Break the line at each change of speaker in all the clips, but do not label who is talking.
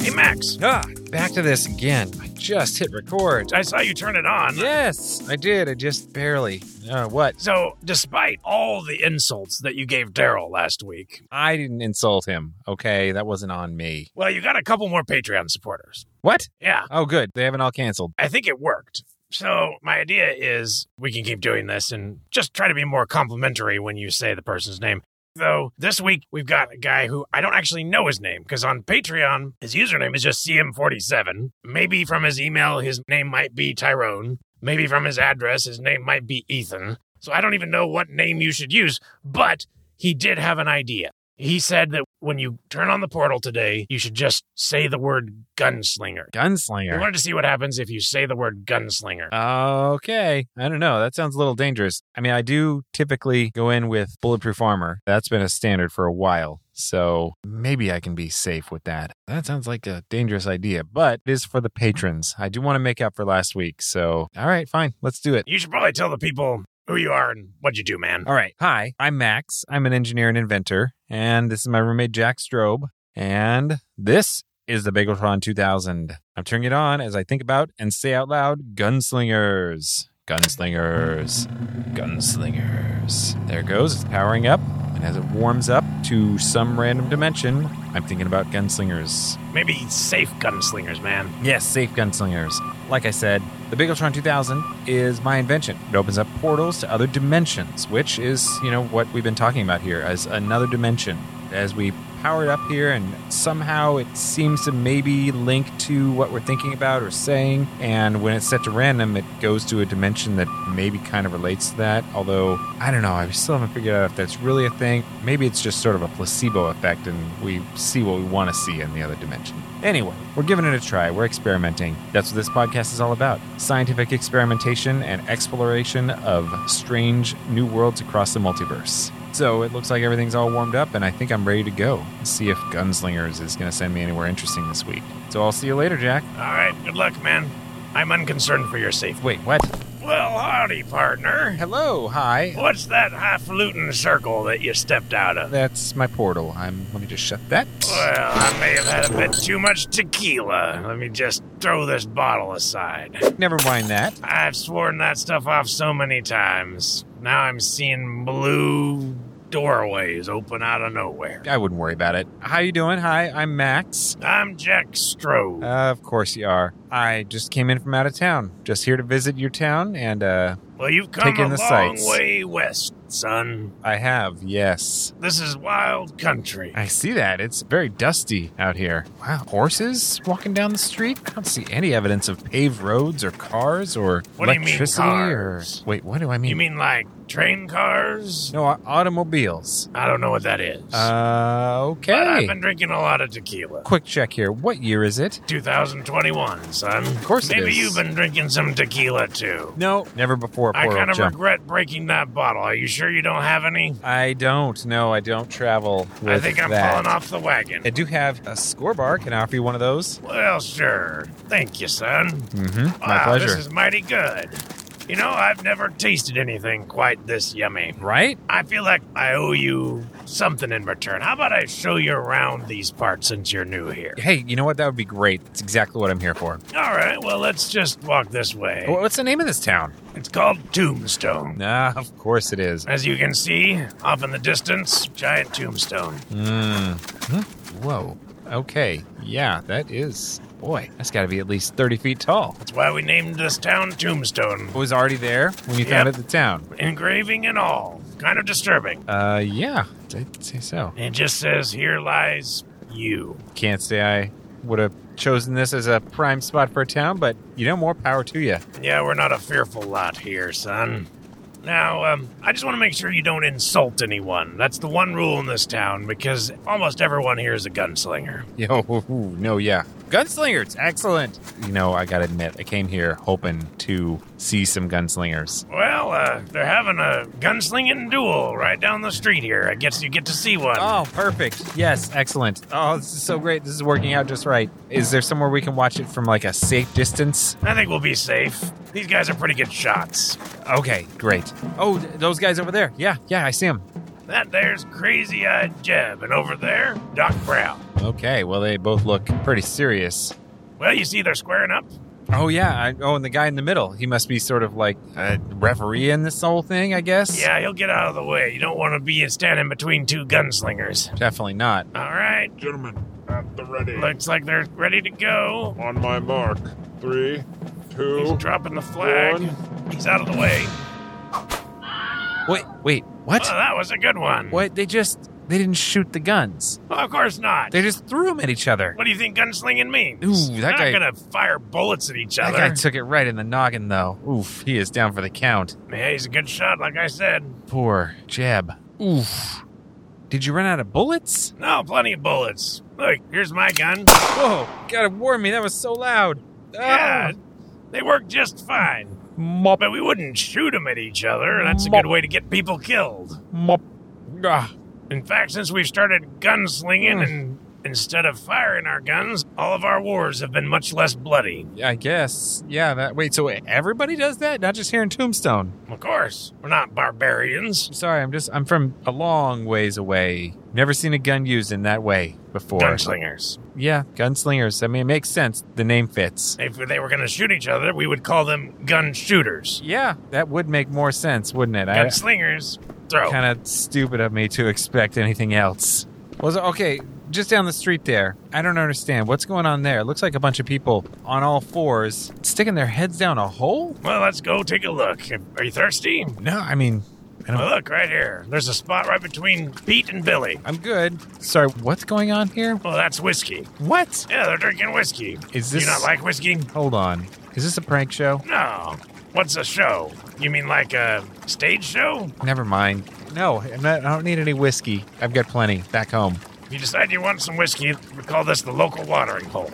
Hey, Max,
Ah,
back to this again. I just hit record. I saw you turn it on.
yes,
I did. I just barely. Uh, what?
So,
despite
all the insults that you gave Daryl last week,
I didn't insult him. Okay, that wasn't on me.
well, you got a couple more Patreon supporters.
What?
Yeah,
Oh, good. They haven't all canceled.
I think it worked. So, my idea is we can keep doing this and just try to be more complimentary when you say the person's name. Though this week we've got a guy who I don't actually know his name because on Patreon his username is just CM47. Maybe from his email his name might be Tyrone. Maybe from his address his name might be Ethan. So I don't even know what name you should use, but he did have an idea. He said that when you turn on the portal today, you should just say the word gunslinger. We
Gunslinger.
wanted to see what happens if you say the word gunslinger.
Okay. I don't know. That sounds a little dangerous. I mean, I do typically go in with bulletproof armor. That's been a standard for a while. So maybe I can be safe with that. That sounds like a dangerous idea, but it is for the patrons. I do want to make up for last week. So, all right, fine. Let's do it.
You should probably tell the people who you are and what you do, man.
All right. Hi, I'm Max. I'm an engineer and inventor. And this is my roommate, Jack Strobe. And this is the Bageltron 2000. I'm turning it on as I think about and say out loud gunslingers. Gunslingers. Gunslingers. There it goes. It's powering up. And as it warms up to some random dimension, I'm thinking about gunslingers.
Maybe safe gunslingers, man.
Yes, safe gunslingers. Like I said, the Bigeltron 2000 is my invention. It opens up portals to other dimensions, which is, you know, what we've been talking about here as another dimension. As we power it up here, and somehow it seems to maybe link to what we're thinking about or saying. And when it's set to random, it goes to a dimension that maybe kind of relates to that. Although, I don't know, I still haven't figured out if that's really a thing. Maybe it's just sort of a placebo effect, and we see what we want to see in the other dimension. Anyway, we're giving it a try. We're experimenting. That's what this podcast is all about scientific experimentation and exploration of strange new worlds across the multiverse. So it looks like everything's all warmed up, and I think I'm ready to go. See if Gunslingers is going to send me anywhere interesting this week. So I'll see you later, Jack.
All right, good luck, man. I'm unconcerned for your safety.
Wait, what?
Well, howdy, partner.
Hello, hi.
What's that highfalutin circle that you stepped out of?
That's my portal. I'm. Let me just shut that.
Well, I may have had a bit too much tequila. Let me just throw this bottle aside.
Never mind that.
I've sworn that stuff off so many times. Now I'm seeing blue doorways open out of nowhere.
I wouldn't worry about it. How you doing? Hi, I'm Max.
I'm Jack Stroh.
Uh, of course you are. I just came in from out of town. Just here to visit your town, and uh,
well, you've come
taking
a
the
long
sights.
way west, son.
I have, yes.
This is wild country.
I see that. It's very dusty out here. Wow, horses walking down the street? I don't see any evidence of paved roads or cars or
What do you mean,
electricity
cars?
or. Wait, what do I mean?
You mean like train cars?
no, au- automobiles.
I don't know what that is.
Uh,
But I've
okay.
been drinking a lot of tequila.
Quick check here. What year is it?
2021, son. Of
course it
Maybe
is.
you've been drinking some tequila too.
No, never before.
I
Poor
kind
old
of
jump.
regret breaking that bottle. Are you sure you don't have any?
I don't. No, I don't travel. With
I think I'm
that.
falling off the wagon.
I do have a score bar. Can I offer you one of those?
well, sure. Thank you, son.
Mm-hmm. My
wow,
pleasure.
Ah, This is mighty good. You know, I've never tasted anything quite this yummy.
Right?
I feel like I owe you something in return. How about I show you around these parts since you're new here?
Hey, you know what? That would be great. That's exactly what I'm here for.
All right, well, let's just walk this way.
Wh- What's the name of this town?
It's called Tombstone.
Ah, of course it is.
As you can see, off in the distance, giant tombstone.
Mm. Huh? Whoa. Okay. Yeah, that is. Boy, that's got to be at least 30 feet tall.
That's why we named this town Tombstone.
It was already there when you founded the town.
Engraving and all. Kind of disturbing.
Uh, yeah, I'd say so.
It just says, Here lies you.
Can't say I would have chosen this as a prime spot for a town, but you know, more power to you.
Yeah, we're not a fearful lot here, son. Now, um, I just want to make sure you don't insult anyone. That's the one rule in this town because almost everyone here is a gunslinger.
Yo, no, yeah. Gunslingers, excellent. You know, I gotta admit, I came here hoping to see some gunslingers.
Well, uh, they're having a gunslinging duel right down the street here. I guess you get to see one.
Oh, perfect. Yes, excellent. Oh, this is so great. This is working out just right. Is there somewhere we can watch it from like a safe distance?
I think we'll be safe. These guys are pretty good shots.
Okay, great. Oh, th- those guys over there. Yeah, yeah, I see them.
That there's Crazy Eyed Jeb, and over there, Doc Brown.
Okay, well, they both look pretty serious.
Well, you see, they're squaring up.
Oh, yeah. I, oh, and the guy in the middle, he must be sort of like a referee in this whole thing, I guess?
Yeah, he'll get out of the way. You don't want to be standing between two gunslingers.
Definitely not.
All right,
Gentlemen, at the ready.
looks like they're ready to go.
On my mark. Three,
He's
two,
dropping the flag. He's out of the way.
Wait, wait, what?
Well, that was a good one.
What? Mm. They just. They didn't shoot the guns.
Well, of course not.
They just threw them at each other.
What do you think gunslinging means?
Ooh, that
They're
guy-
not gonna fire bullets at each
That
other.
guy took it right in the noggin, though. Oof, he is down for the count.
yeah, he's a good shot, like I said.
Poor Jeb. Oof. Did you run out of bullets?
No, plenty of bullets. Look, here's my gun.
Whoa, gotta warn me, that was so loud.
Yeah, they work just fine.
Ah, mop,
But we wouldn't shoot them at each other. That's a good way to get people killed.
mop. Ah,
In fact, since we've started
Hmm.
gunslinging and instead of firing our guns, all of our wars have been much less bloody.
I guess. Yeah, that. Wait, so everybody does that? Not just here in Tombstone?
Of course, we're not barbarians.
I'm sorry, I'm just. I'm from a long ways away. Never seen a gun used in that way before.
Gunslingers.
Yeah, gunslingers. I mean, it makes sense. The name fits.
If they were going to shoot each other, we would call them gun shooters.
Yeah, that would make more sense, wouldn't it? I-
Gunslingers. Throw.
kind of stupid of me to expect anything else. Was okay, just down the street there. I don't understand what's going on there. It looks like a bunch of people on all fours sticking their heads down a hole.
Well, let's go take a look. Are you thirsty?
No, I mean, I don't.
Well, look right here. There's a spot right between Pete and Billy.
I'm good. Sorry, what's going on here?
Well, that's whiskey.
What
Yeah, they're drinking whiskey.
is this?
You not like whiskey?
Hold on. Is this a prank show?
No. What's a show? You mean like a stage show?
Never mind. No, I'm not, I don't need any whiskey. I've got plenty back home.
If you decide you want some whiskey, we call this the local watering hole.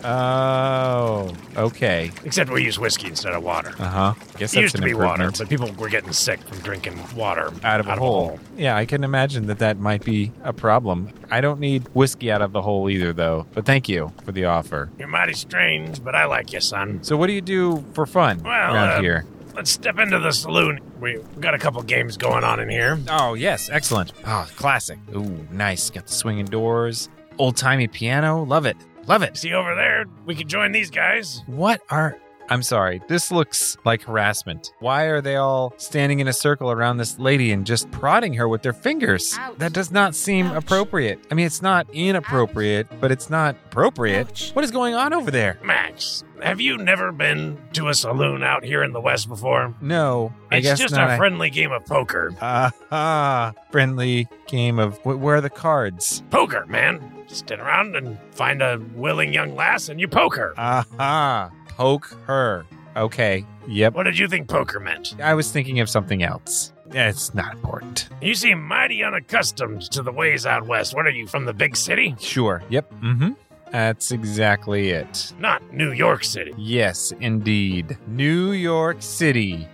Oh, okay.
Except we use whiskey instead of water.
Uh huh. Guess
It
that's
used
an
to be water,
improvement.
but people were getting sick from drinking water
out of a hole. Yeah, I can imagine that that might be a problem. I don't need whiskey out of the hole either, though. But thank you for the offer.
You're mighty strange, but I like you, son.
So, what do you do for fun
Well,
around
uh,
here?
Let's step into the saloon. We've got a couple games going on in here.
Oh, yes, excellent. Oh, classic. Ooh, nice. Got the swinging doors, old timey piano. Love it. Love it.
See over there? We could join these guys.
What are. I'm sorry, this looks like harassment. Why are they all standing in a circle around this lady and just prodding her with their fingers?
Ouch.
That does not seem
Ouch.
appropriate. I mean, it's not inappropriate, but it's not appropriate.
Ouch.
What is going on over there?
Max, have you never been to a saloon out here in the West before?
No, I
It's
guess
just
not.
a friendly game of poker.
Ah, ah, friendly game of wh- where are the cards?
Poker, man. Stand around and find a willing young lass and you poker.
Ah, ah, poke her. Okay, yep.
What did you think poker meant?
I was thinking of something else. Yeah, It's not important.
You seem mighty unaccustomed to the ways out west. What are you, from the big city?
Sure. Yep. Mm-hmm. That's exactly it.
Not New York City.
Yes, indeed. New York City.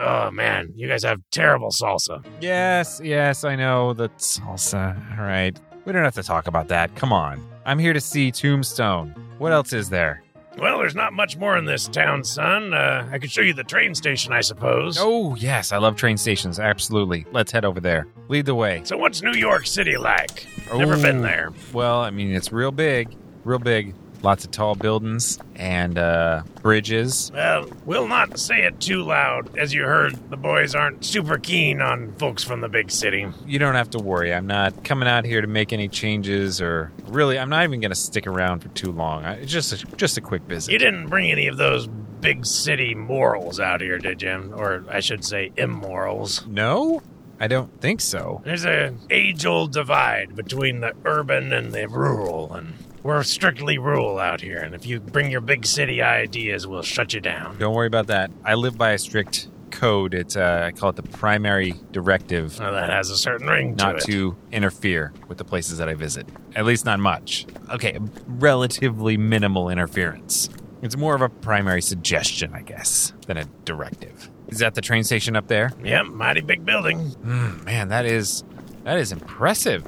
Oh, man. You guys have terrible salsa.
Yes, yes, I know the salsa. All right, we don't have to talk about that. Come on, I'm here to see Tombstone. What else is there?
Well, there's not much more in this town, son. Uh, I could show you the train station, I suppose.
Oh, yes, I love train stations. Absolutely. Let's head over there. Lead the way.
So, what's New York City like? Never
Oh,
been there.
Well, I mean, it's real big, real big. Lots of tall buildings and uh, bridges.
Well, we'll not say it too loud. As you heard, the boys aren't super keen on folks from the big city.
You don't have to worry. I'm not coming out here to make any changes or really, I'm not even going to stick around for too long. I, it's just a, just a quick visit.
You didn't bring any of those big city morals out here, did you? Or I should say, immorals.
no? I don't think so.
There's a age-old divide between the urban and the rural, and we're strictly rural out here. And if you bring your big city ideas, we'll shut you down.
Don't worry about that. I live by a strict code. It's uh, I call it the primary directive.
Now, that has a certain ring to
not
it.
to interfere with the places that I visit. At least not much. Okay, relatively minimal interference. It's more of a primary suggestion, I guess, than a directive. Is that the train station up there?
Yep, mighty big building.
Mm, man, that is that is impressive.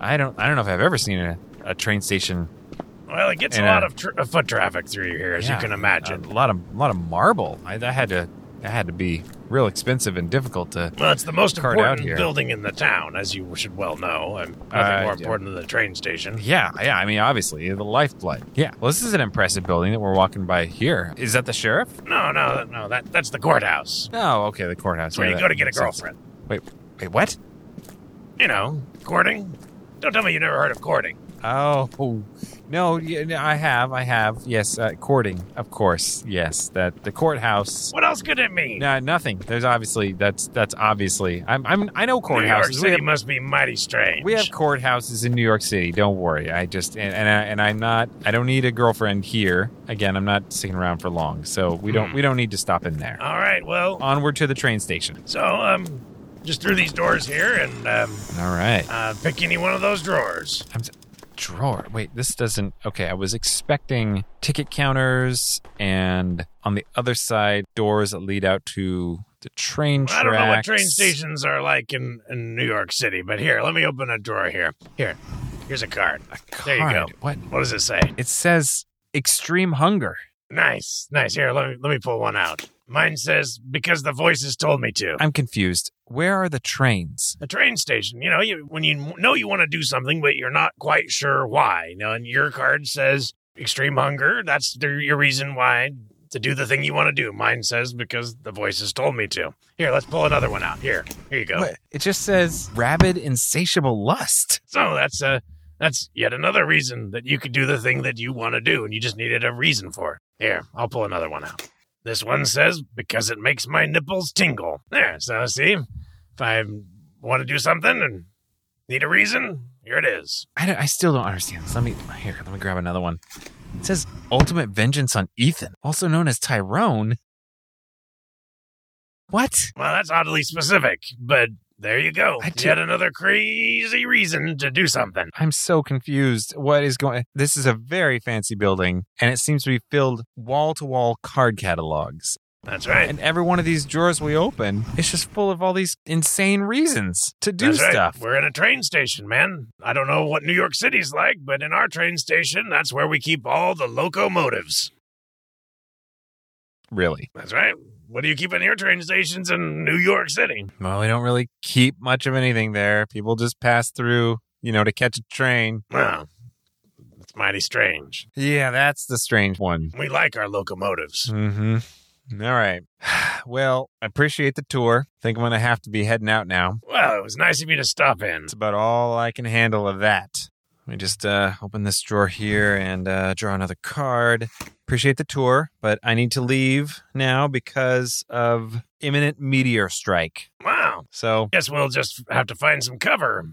I don't I don't know if I've ever seen a, a train station.
Well, it gets
And,
a lot
uh,
of, tr- of foot traffic through here, as
Yeah, um,
you can
a
imagine.
lot of a lot of marble. I, I had to That had to be real expensive and difficult to.
Well, it's the most
Card out
important
here.
building in the town, as you should well know. And nothing
Uh,
more
yeah.
important than the train station.
Yeah, yeah. I mean, obviously, the lifeblood. Yeah. Well, this is an impressive building that we're walking by here. Is that the sheriff?
No, no, no. That that's the courthouse.
No. Okay, the courthouse.
That's where
Yeah,
you
that
go to get a
makes sense.
girlfriend.
Wait, wait, what?
You know, courting. Don't tell me you never heard of courting.
Oh, oh. no, yeah, no, I have, I have. Yes, uh, courting, of course. Yes, that the courthouse.
What else could it mean?
No, nothing. There's obviously that's that's obviously. I'm, I'm I know
New York
courthouses. We
City
have,
must be mighty strange.
we have courthouses in New York City. Don't worry. I just and and, I, and I'm not. I don't need a girlfriend here. Again, I'm not sticking around for long, so we don't
Hmm.
we don't need to stop in there.
All right. Well,
Onward to the train station.
so um, just through these doors here and um,
All right.
uh, pick any one of those drawers.
drawer. Wait, this doesn't. Okay, I was expecting ticket counters and on the other side doors that lead out to the train tracks.
I don't know what train stations are like in, in New York City, but here, let me open a drawer here. Here, here's a card.
A
There you
card.
go.
What?
What does it say?
It says extreme hunger.
Nice, nice. Here, let me let me pull one out. Mine says because the voices told me to.
I'm confused. Where are the trains?
A train station, you know, you, when you know you want to do something, but you're not quite sure why. You know, and your card says extreme hunger. That's the, your reason why to do the thing you want to do. Mine says because the voices told me to. Here, let's pull another one out. Here, here you go.
What? It just says rabid, insatiable lust.
So that's uh that's yet another reason that you could do the thing that you want to do, and you just needed a reason for it. Here, I'll pull another one out. This one says because it makes my nipples tingle. There, so see, if I want to do something and need a reason, here it is.
I, don't- I still don't understand this. Let me here. Let me grab another one. It says ultimate vengeance on Ethan, also known as Tyrone. What?
Well, that's oddly specific, but there you go.
I did-
Yet another crazy reason to do something.
I'm so confused. What is going? This is a very fancy building, and it seems to be filled wall to wall card catalogs.
That's right.
And every one of these drawers we open, it's just full of all these insane reasons to do
That's right.
stuff.
We're in a train station, man. I don't know what New York City's like, but in our train station, that's where we keep all the locomotives.
Really?
That's right. What do you keep in your train stations in New York City?
Well, we don't really keep much of anything there. People just pass through, you know, to catch a train.
Well, it's mighty strange.
Yeah, that's the strange one.
We like our locomotives.
Mm-hmm. All right. Well, I appreciate the tour. Think I'm gonna have to be heading out now.
Well, it was nice of you to stop in.
That's about all I can handle of that. Let me just uh, open this drawer here and uh, draw another card. Appreciate the tour, but I need to leave now because of imminent meteor strike.
Wow.
So,
Guess we'll just have to find some cover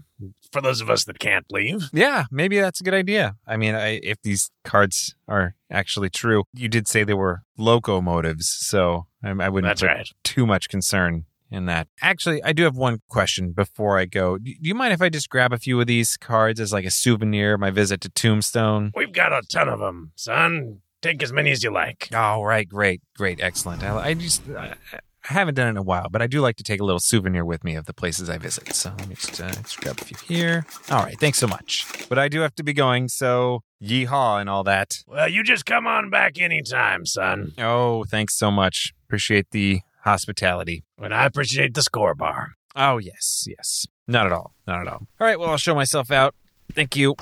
for those of us that can't leave.
yeah, maybe that's a good idea. I mean, I, if these cards are actually true, you did say they were locomotives, so I, I wouldn't
That's
put
right.
too much concern in that. Actually, I do have one question before I go. Do do you mind if I just grab a few of these cards as like a souvenir of my visit to Tombstone?
We've got a ton of them, son. Take as many as you like.
All right, great, great, excellent. I, I just I, I haven't done it in a while, but I do like to take a little souvenir with me of the places I visit. So let me just, uh, just grab a few here. All right, thanks so much. But I do have to be going, so yeehaw and all that.
Well, you just come on back anytime, son.
Oh, thanks so much. Appreciate the hospitality.
And I appreciate the score bar.
Oh yes, yes. Not at all. Not at all. All right, well I'll show myself out. Thank you.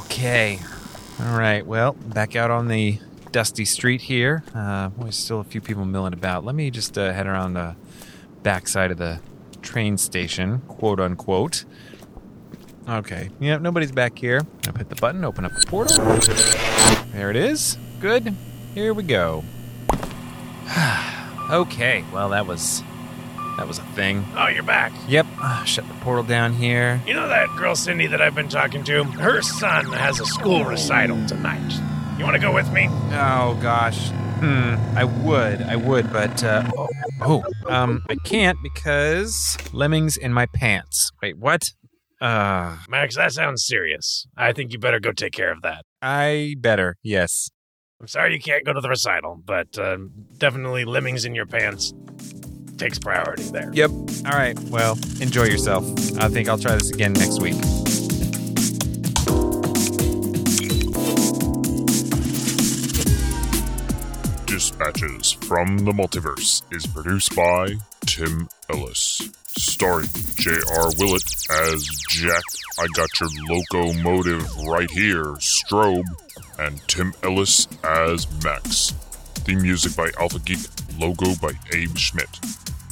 Okay. All right. Well, back out on the dusty street here. Uh, boy, still a few people milling about. Let me just uh, head around the backside of the train station, quote unquote. Okay. Yep. Nobody's back here. I'll hit the button. Open up the portal. There it is. Good. Here we go. okay. Well, that was that was a thing.
Oh, you're back.
Yep. Ah, Shut the portal down here.
You know that girl Cindy that I've been talking to? Her son has a school recital tonight. You want to go with me?
Oh gosh. Hmm. I would. I would, but uh, oh, oh. Um. I can't because lemmings in my pants. Wait. What? Uh.
Max, that sounds serious. I think you better go take care of that.
I better. Yes.
I'm sorry you can't go to the recital, but um, definitely lemmings in your pants takes priority there.
Yep. All right. Well, enjoy yourself. I think I'll try this again next week.
Just Dispatches from the Multiverse is produced by Tim Ellis. Starring J.R. Willett as Jack, I Got Your Locomotive Right Here, Strobe, and Tim Ellis as Max. Theme music by Alpha Geek, logo by Abe Schmidt.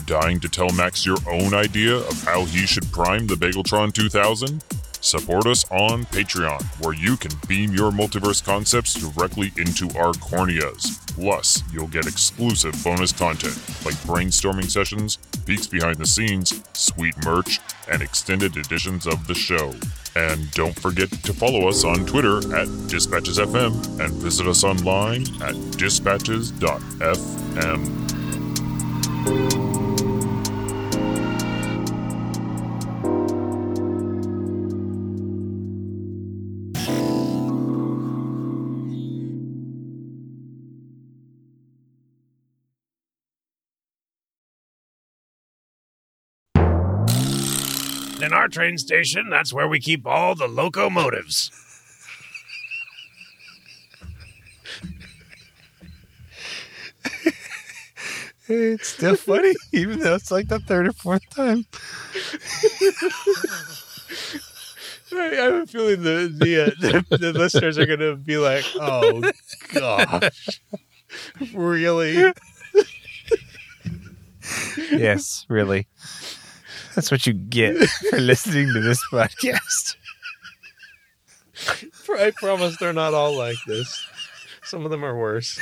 Dying to tell Max your own idea of how he should prime the Bageltron 2000? Support us on Patreon, where you can beam your multiverse concepts directly into our corneas. Plus, you'll get exclusive bonus content like brainstorming sessions, peeks behind the scenes, sweet merch, and extended editions of the show. And don't forget to follow us on Twitter at DispatchesFM and visit us online at dispatches.fm.
In our train station, that's where we keep all the locomotives.
It's still funny, even though it's like the third or fourth time.
I, I have a feeling the the, uh, the, the listeners are going to be like, "Oh gosh, really?"
Yes, really. That's what you get for listening to this podcast.
I promise they're not all like this. Some of them are worse.